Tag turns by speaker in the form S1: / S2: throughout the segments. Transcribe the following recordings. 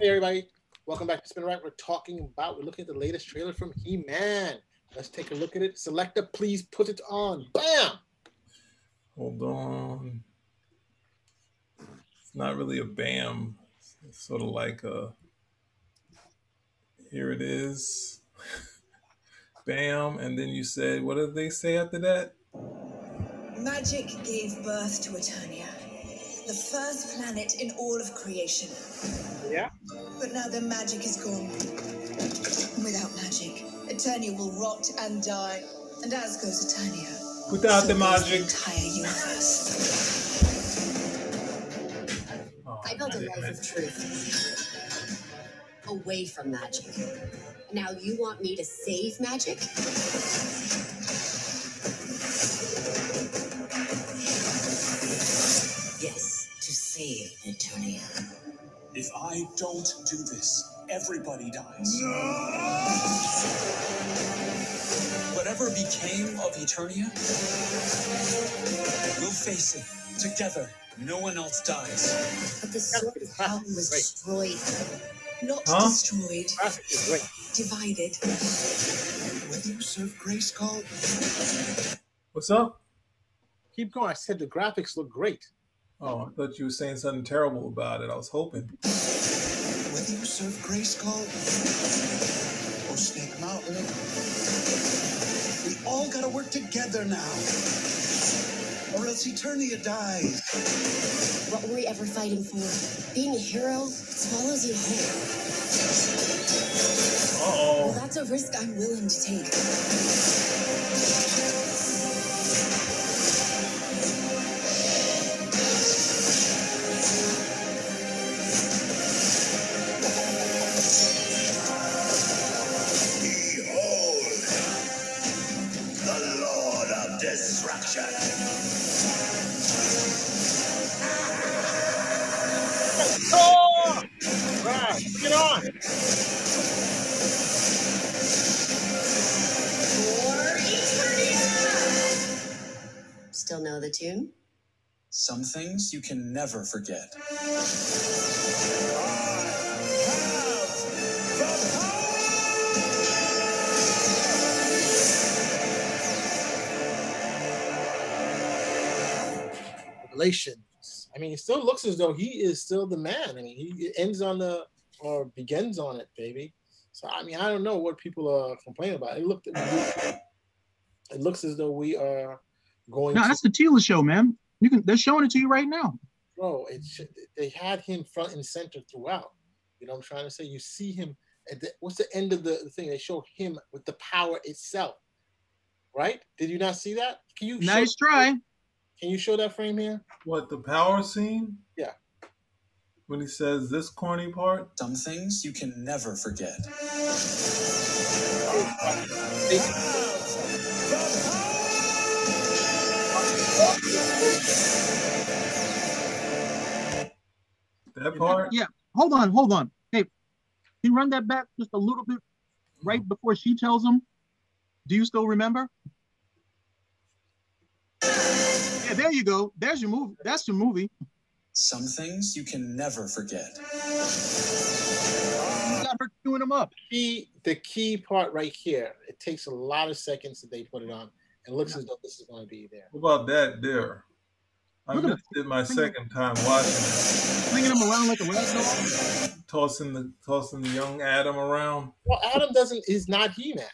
S1: Hey everybody, welcome back to Spin Right. We're talking about, we're looking at the latest trailer from He-Man. Let's take a look at it. Selector, please put it on. Bam!
S2: Hold on. It's not really a bam. It's sort of like a here it is. bam. And then you said, what did they say after that?
S3: Magic gave birth to Eternia, the first planet in all of creation.
S1: Yeah.
S3: But now the magic is gone. Without magic, Eternia will rot and die, and as goes Eternia,
S2: Without
S3: so
S2: the
S3: goes
S2: magic.
S3: entire universe.
S2: Oh,
S4: I built a
S2: damn
S4: life
S2: it.
S4: of truth. Away from magic. Now you want me to save magic? Yes, to save Antonia.
S5: If I don't do this, everybody dies. Whatever became of Eternia, we'll face it together. No one else dies.
S4: But the sword of power was
S1: Wait.
S4: destroyed,
S3: Not
S2: Huh?
S3: destroyed,
S1: Traffic is great.
S3: divided.
S5: Whether you serve Grace Call,
S2: What's up?
S1: Keep going. I said the graphics look great.
S2: Oh, I thought you were saying something terrible about it. I was hoping.
S5: whether you serve Grace Call or Snake Mountain, we all gotta work together now. Or else Eternia dies.
S4: what were we ever fighting for? Being a hero swallows you whole.
S2: Uh
S4: Well,
S2: oh.
S4: that's a risk I'm willing to take.
S5: Behold, the Lord of Destruction.
S1: Oh! Wow, bring it on!
S4: Still know the tune?
S5: Some things you can never forget.
S1: Revelations. I mean, it still looks as though he is still the man. I mean, he it ends on the or begins on it, baby. So I mean, I don't know what people are complaining about. It looked, it looks as though we are going
S6: No,
S1: to
S6: that's the Tila show, man. You can they're showing it to you right now.
S1: grow. It should, they had him front and center throughout. You know what I'm trying to say? You see him at the, what's the end of the thing? They show him with the power itself, right? Did you not see that? Can you show-
S6: Nice try.
S1: Can you show that frame here?
S2: What, the power scene?
S1: Yeah.
S2: When he says this corny part?
S5: Some things you can never forget.
S2: That part?
S6: Yeah. Hold on, hold on. Hey, can you run that back just a little bit right before she tells him? Do you still remember? Yeah, there you go. There's your movie. That's your movie.
S5: Some things you can never forget.
S6: You got her chewing him up.
S1: key the key part right here. It takes a lot of seconds that they put it on. It looks as though this is going to be there.
S2: What about that there? I
S6: Look at
S2: missed it my second time watching it.
S6: Flinging him around like a rag doll.
S2: Tossing the tossing the young Adam around.
S1: Well, Adam doesn't is not He Man.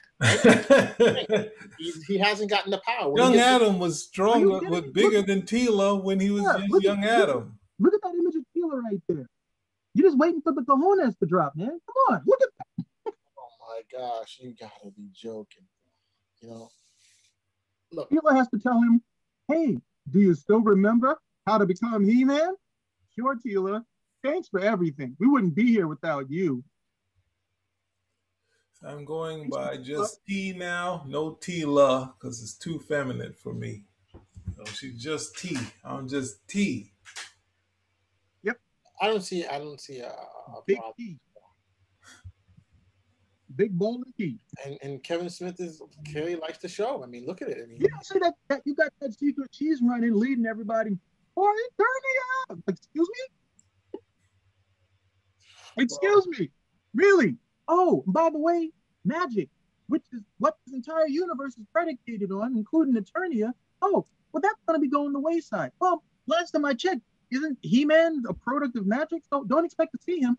S1: He, he hasn't gotten the power. When he
S2: young
S1: gets-
S2: Adam was
S6: Are
S2: stronger,
S6: you
S2: was
S6: kidding?
S2: bigger than Tila when he was
S6: Yeah,
S2: just
S6: look at-
S2: young
S6: look at-
S2: Adam.
S6: Look at that image of Tila right there. You're just waiting for the cojones to drop, man. Come on. Look at
S1: Oh my gosh, you gotta be joking. You know, look,
S6: Tila has to tell him, hey, do you still remember how to become He Man? Sure, Tila. Thanks for everything. We wouldn't be here without you.
S2: I'm going by just T now, no Tila, because it's too feminine for me. So she's just T. I'm just T.
S1: I don't see, I don't see a, a
S6: Big
S1: problem.
S6: T. Big bowl of tea.
S1: And and Kevin Smith is clearly likes the show. I mean, look at it. I mean,
S6: You don't see that, that you got that secret she's running, leading everybody. Or Eternia. Excuse me? Excuse me. Really? Oh, by the way, magic, which is what this entire universe is predicated on, including Eternia. Oh, well, that's going to be going the wayside. Well, last time I checked, isn't He Man a product of magic? So don't expect to see him.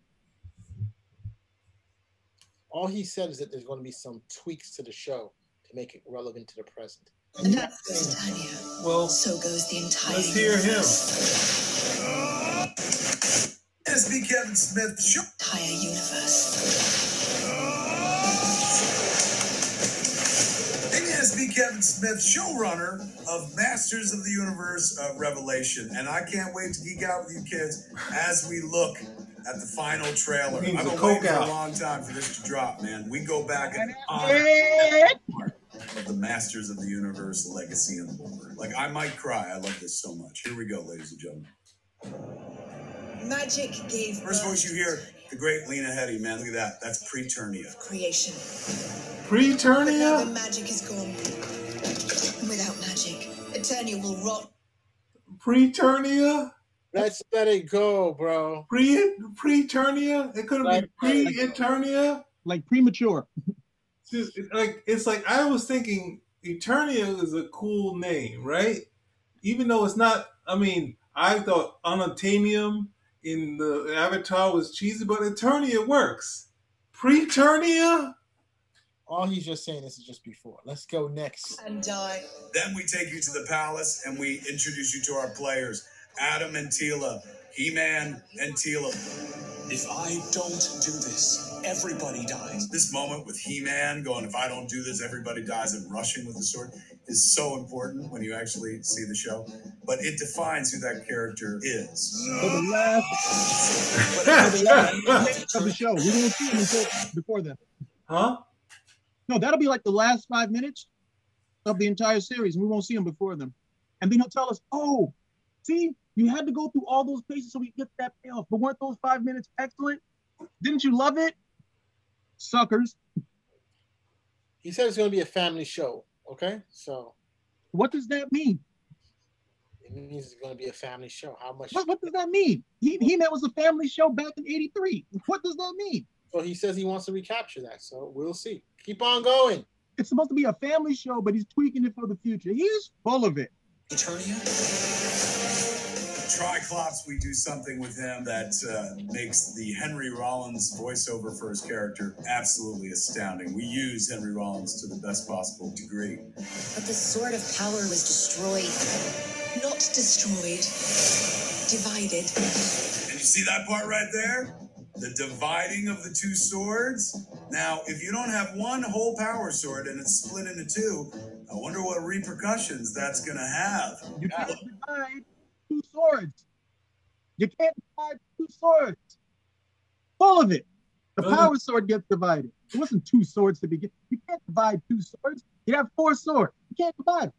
S1: All he said is that there's going to be some tweaks to the show to make it relevant to the present.
S3: And that goes Tanya.
S2: Well,
S3: So goes the entire
S2: let's hear him.
S7: It's me, Kevin Smith. Sure.
S3: entire universe.
S7: And yes, me, Kevin Smith, showrunner of Masters of the Universe uh, Revelation. And I can't wait to geek out with you kids as we look at the final trailer.
S2: He needs
S7: I've
S2: a
S7: been
S2: Coke
S7: waiting for
S2: out.
S7: a long time for this to drop, man. We go back and honor
S6: Yeah.
S7: of the Masters of the Universe legacy and lore. Like, I might cry. I love this so much. Here we go, ladies and gentlemen.
S3: Magic gave
S7: First
S3: birth
S7: voice you hear,
S3: to Tanya.
S7: the great Lena Headey, man. Look at that. That's pre-Turnia.
S3: creation. But now the
S2: Pre-Turnia?
S3: magic is gone. Without magic, Eternia will rot.
S2: Pre-Turnia?
S1: Let's let it go, bro.
S2: Pre pre-Turnia? It could have been
S1: Like-
S2: pre-Eternia.
S6: Like premature.
S2: It's Just it's like it's like I was thinking Eternia is a cool name, right? Even though it's not I mean, I thought Unobtainium in the Avatar was cheesy, but Eternia works. Pre-Turnia?
S1: All he's just saying is just before. Let's go next.
S3: And die.
S7: Then we take you to the palace and we introduce you to our players Adam and Tila, He Man and Tila.
S5: If I don't do this, everybody dies.
S7: This moment with He Man going, if I don't do this, everybody dies, and rushing with the sword is so important when you actually see the show. But it defines who that character is.
S6: For the last
S2: huh?
S6: of the show. We won't see him until before then. No, that'll be like the last five minutes of the entire series, and we won't see him before them. And then he'll tell us, "Oh, see, you had to go through all those pages so we could get that payoff. But weren't those five minutes excellent? Didn't you love it, suckers?
S1: He said it's going to be a family show. Okay, so
S6: What does that mean?
S1: it means it's going to be a family show. How much?
S6: What, what does that mean? He He Man was a family show back in '83. What does that mean?
S1: So he says he wants to recapture that. So we'll see. Keep on going.
S6: It's supposed to be a family show, but he's tweaking it for the future. He's full of it.
S5: Eternia?
S7: Triclops, we do something with him that uh, makes the Henry Rollins voiceover for his character absolutely astounding. We use Henry Rollins to the best possible degree.
S4: But the sword of power was destroyed.
S3: Not destroyed. Divided.
S7: And you see that part right there? The dividing of the two swords. Now, if you don't have one whole power sword and it's split into two, I wonder what repercussions that's going to have.
S6: You can't divide two swords. You can't divide two swords. Full of it. The
S2: Doesn't-
S6: power sword gets divided. It wasn't two swords to begin. You can't divide two swords. You have four swords. You can't divide. 'em.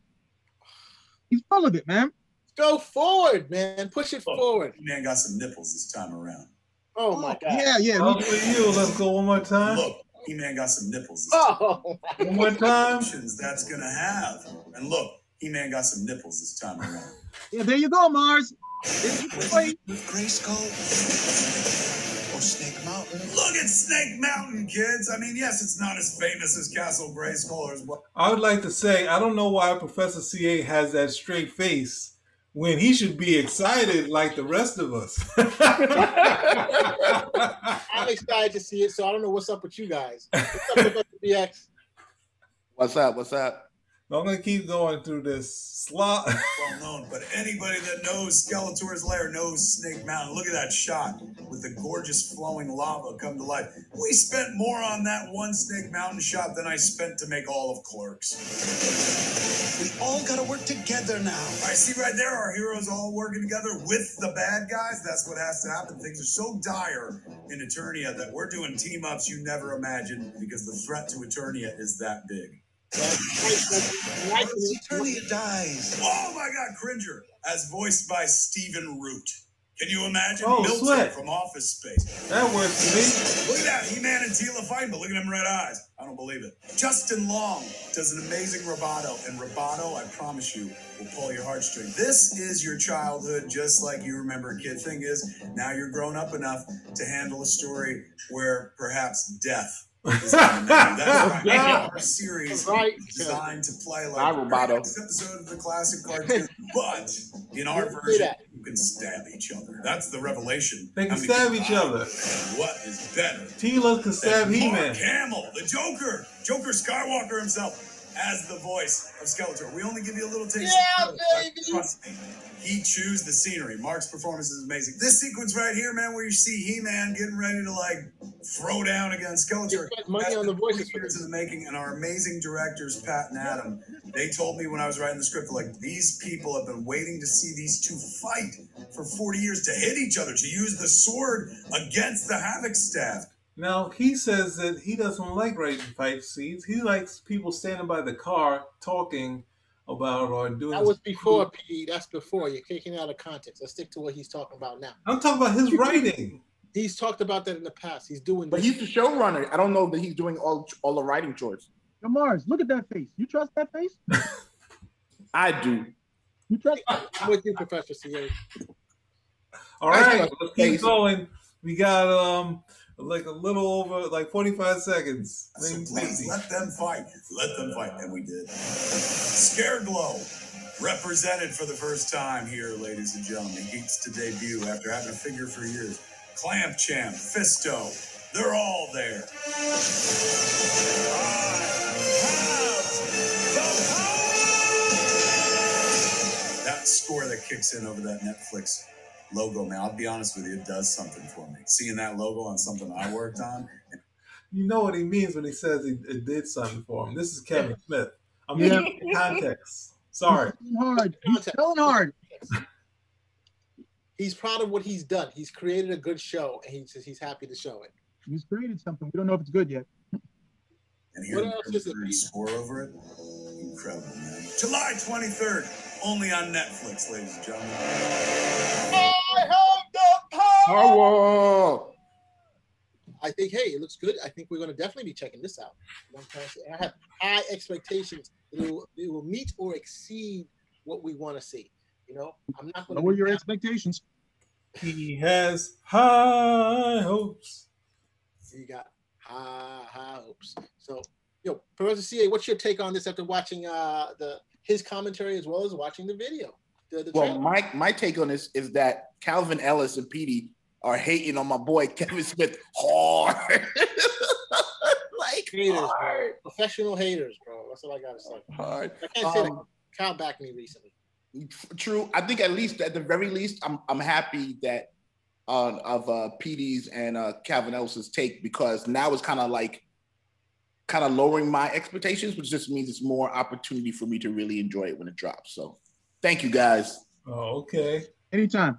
S6: He's full of it, man.
S1: Go forward, man. Push it
S7: Oh.
S1: forward.
S7: Man got some nipples this time around.
S1: Oh my god.
S6: Yeah, yeah.
S2: Well, for you. Let's go one more time.
S7: Look, he man got some nipples. This time.
S1: Oh,
S2: One more time.
S7: Repercussions that's going to have. And look, he man got some nipples this time around.
S6: yeah there you go, Mars. It's your boy.
S5: Grayskull? Or Snake Mountain?
S7: Look at Snake Mountain, kids. I mean, yes, it's not as famous as Castle Grayskull or as what
S2: I would like to say I don't know why Professor CA has that straight face when he should be excited like the rest of us.
S1: I'm excited to see it. So I don't know what's up with you guys. What's up with BX?
S8: What's up? What's up?
S2: I'm gonna keep going through this slot.
S7: well known, but anybody that knows Skeletor's lair knows Snake Mountain. Look at that shot with the gorgeous flowing lava come to life. We spent more on that one Snake Mountain shot than I spent to make all of Clerks.
S5: We all gotta work together now.
S7: I see right there our heroes all working together with the bad guys. That's what has to happen. Things are so dire in Eternia that we're doing team ups you never imagined because the threat to Eternia is that big.
S5: Eternia dies.
S7: Oh my God, Cringer, as voiced by Stephen Root. Can you imagine
S2: Oh,
S7: Milton
S2: Sweat.
S7: from Office Space?
S2: That works for me.
S7: Look at that, He-Man and Tila fighting, but look at them red eyes. I don't believe it. Justin Long does an amazing rubato, and rubato, I promise you, will pull your heartstring. This is your childhood, just like you remember a kid. Thing is, now you're grown up enough to handle a story where perhaps death is on the menu. That's why our series
S1: Right.
S7: is designed to play like
S8: Bye, rubato.
S7: this episode of the classic cartoon, but in our
S1: Don't do
S7: version,
S1: that.
S7: you can stab each other. That's the revelation.
S2: They can
S7: How many
S2: stab
S7: people
S2: each
S7: die?
S2: other.
S7: And what is better
S2: Tila can stab
S7: than
S2: He
S7: Mark
S2: Man.
S7: Hamill, the Joker, Joker Skywalker himself, as the voice of Skeletor. We only give you a little taste.
S1: Yeah,
S7: of Skeletor.
S1: baby.
S7: Trust me, he chews the scenery. Mark's performance is amazing. This sequence right here, man, where you see He-Man getting ready to like throw down against
S1: They
S7: Skeletor.
S1: spent money
S7: That's
S1: on the
S7: been
S1: voices for
S7: 20 years
S1: this.
S7: in the making, and our amazing directors, Pat and Adam, they told me when I was writing the script, like these people have been waiting to see these two fight for 40 years to hit each other, to use the sword against the Havoc staff.
S2: Now he says that he doesn't like writing fight scenes. He likes people standing by the car talking about or doing.
S1: That was before PD. That's before. You're taking it out of context. Let's stick to what he's talking about now.
S2: I'm talking about his writing.
S1: He's talked about that in the past. He's doing
S8: But
S1: this.
S8: he's the showrunner. I don't know that he's doing all all the writing chores.
S6: Now, Mars, look at that face. You trust that face?
S8: I do.
S6: You trust?
S1: I'm with you, Professor CA.
S2: All
S8: I
S2: right,
S8: trust
S2: let's
S8: Casey.
S2: keep going. We got um like a little over like 45 seconds.
S7: So
S2: Maybe
S7: please
S2: 50.
S7: let them fight. Let them fight. And we did. Scareglow represented for the first time here, ladies and gentlemen. He gets to debut after having a figure for years. Clamp Champ, Fisto, they're all there. That score that kicks in over that Netflix logo, man, I'll be honest with you, it does something for me. Seeing that logo on something I worked on,
S2: You know what he means when he says he, it did something for him. This is Kevin Smith. I'm giving you context. Sorry.
S6: He's hard. He's selling hard.
S1: He's proud of what he's done. He's created a good show, and he's he's happy to show it.
S6: He's created something. We don't know if it's good yet.
S7: And here
S1: What else is
S7: there's
S1: it,
S7: a
S1: Pete?
S7: score over it. Incredible, man. July 23rd, only on Netflix, ladies and gentlemen.
S8: Horror.
S1: I think, hey, it looks good. I think we're going to definitely be checking this out. One time, I have high expectations. It will, it will meet or exceed what we want to see. You know, I'm not going to.
S6: Lower your expectations.
S2: He has high hopes.
S1: You got high, high hopes. So, yo, Professor CA, what's your take on this after watching uh the his commentary as well as watching the video? The, the
S8: Well,
S1: trailer?
S8: my my take on this is that Calvin Ellis and Petey are hating on my boy Kevin Smith hard. like
S1: haters, bro.
S8: hard,
S1: professional haters, bro. That's all I gotta say.
S8: hard.
S1: I can't say that.
S8: Um,
S1: Kyle backed me recently.
S8: True. I think at least at the very least, I'm I'm happy that uh, of uh, PD's and uh, Calvin Ellis's take because now it's kind of like kind of lowering my expectations, which just means it's more opportunity for me to really enjoy it when it drops. So, thank you guys.
S2: Oh, okay.
S6: Anytime.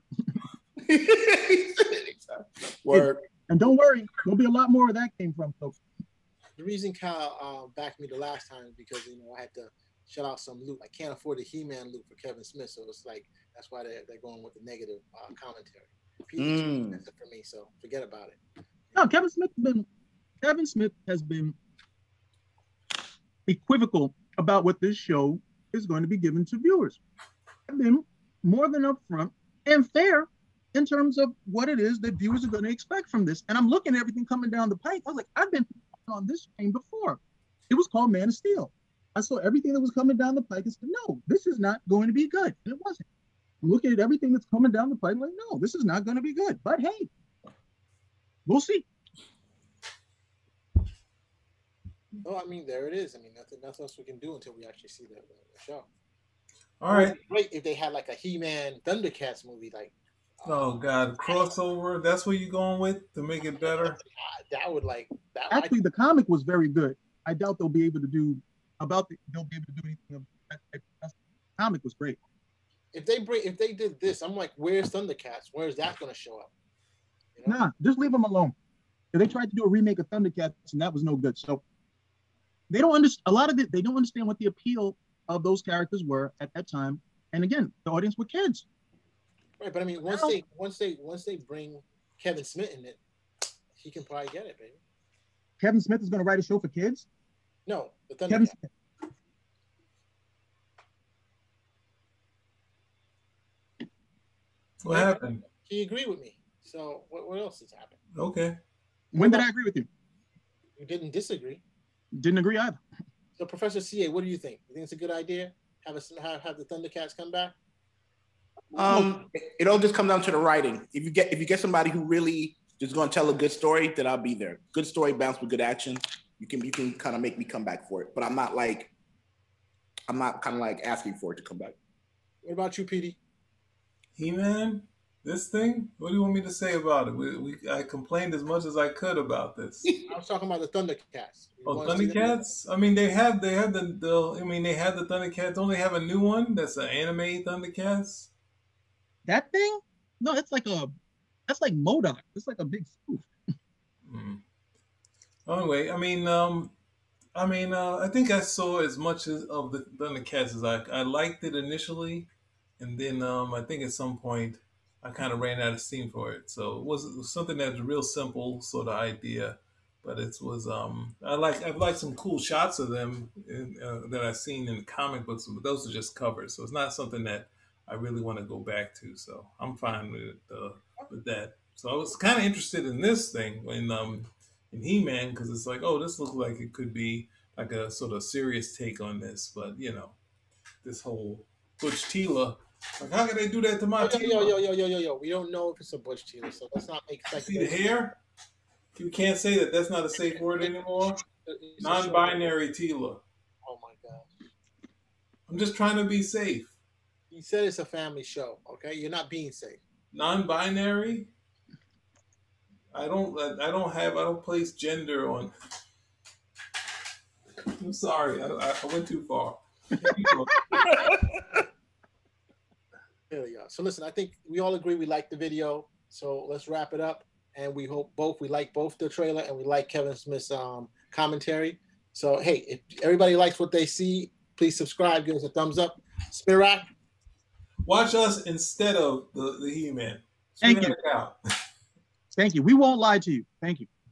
S8: Word.
S6: And don't worry, there'll be a lot more where that came from, folks.
S1: The reason Kyle uh, backed me the last time is because you know I had to shut out some loot. I can't afford the He-Man loot for Kevin Smith, so it's like that's why they're, they're going with the negative uh, commentary. PD's too
S8: Mm.
S1: expensive for me, so forget about it.
S6: No, Kevin Smith has been Kevin Smith has been equivocal about what this show is going to be given to viewers. I've been more than upfront and fair in terms of what it is that viewers are going to expect from this. And I'm looking at everything coming down the pike. I was like, I've been on this train before. It was called Man of Steel. I saw everything that was coming down the pike and said, no, this is not going to be good. And it wasn't. I'm looking at everything that's coming down the pike, like, no, this is not going to be good. But hey, we'll see.
S1: No, I mean there it is. I mean nothing, nothing else we can do until we actually see the, the show.
S2: All right.
S1: Great if they had like a He-Man Thundercats movie, like uh,
S2: Oh God, crossover. That's what you're going with to make it better.
S1: uh, that would like that. would-
S6: actually the comic was very good. I doubt they'll be able to do about the, they'll be able to do anything of that. type of stuff. The comic was great.
S1: if they bring if they did this, I'm like, where's Thundercats? Where's that gonna show up? You know?
S6: Nah, just leave them alone. They tried to do a remake of Thundercats and that was no good. So they don't understand a lot of it. They don't understand what the appeal of those characters were at that time. And again, the audience were kids.
S1: Right, but I mean, once they once they once they bring Kevin Smith in it, he can probably get it, baby.
S6: Kevin Smith is going to write a show for kids.
S1: No, the
S6: Kevin
S1: Thunder.
S6: Smith.
S2: What happened?
S1: He agreed with me. So what, what else has happened?
S2: Okay.
S6: When did I agree with you?
S1: You didn't disagree.
S6: Didn't agree either.
S1: So Professor CA, what do you think? You think it's a good idea? Have us have, have the Thundercats come back?
S8: Um, it, it all just comes down to the writing. If you get if you get somebody who really is going to tell a good story, then I'll be there. Good story bounced with good action. You can you can kind of make me come back for it, but I'm not like I'm not kind of like asking for it to come back.
S1: What about you, PD?
S2: He Man, this thing. What do you want me to say about it? We, we I complained as much as I could about this.
S1: I was talking about the Thundercats. You
S2: Oh,
S1: wanna see them?
S2: Thundercats! I mean, they have they have the, the I mean they have the Thundercats. Don't they have a new one that's an anime Thundercats?
S6: That thing? No, that's like a, that's like Modoc. It's like a big spoof.
S2: Mm. Anyway, I mean, um, I mean, uh, I think I saw as much as of the Thundercats as I I liked it initially, and then um, I think at some point I kind of ran out of steam for it. So it was, it was something that's real simple sort of idea, but it was um, I like I've liked some cool shots of them in, uh, that I've seen in comic books, but those are just covers, so it's not something that I really want to go back to. So I'm fine with uh, with that. So I was kind of interested in this thing when um in He Man because it's like, oh, this looks like it could be like a sort of serious take on this, but you know, this whole Butch Tila, like how can they do that to my
S1: Yo,
S2: Tila?
S1: yo, yo, yo, yo, yo, yo. We don't know if it's a Butch Taylor, so let's not make
S2: See the hair? You can't say that. That's not a safe word anymore. Non-binary Tila.
S1: Oh my god.
S2: I'm just trying to be safe.
S1: You said it's a family show, okay? You're not being safe.
S2: Non-binary. I don't. I I don't have. I don't place gender on. I'm sorry. I, I I went too far.
S1: Really are. So listen, I think we all agree we like the video. So let's wrap it up. And we hope both we like both the trailer and we like Kevin Smith's um, commentary. So hey, if everybody likes what they see, please subscribe, give us a thumbs up. Spirak,
S2: Watch us instead of the, the He Man.
S6: Thank you. Thank you. We won't lie to you. Thank you.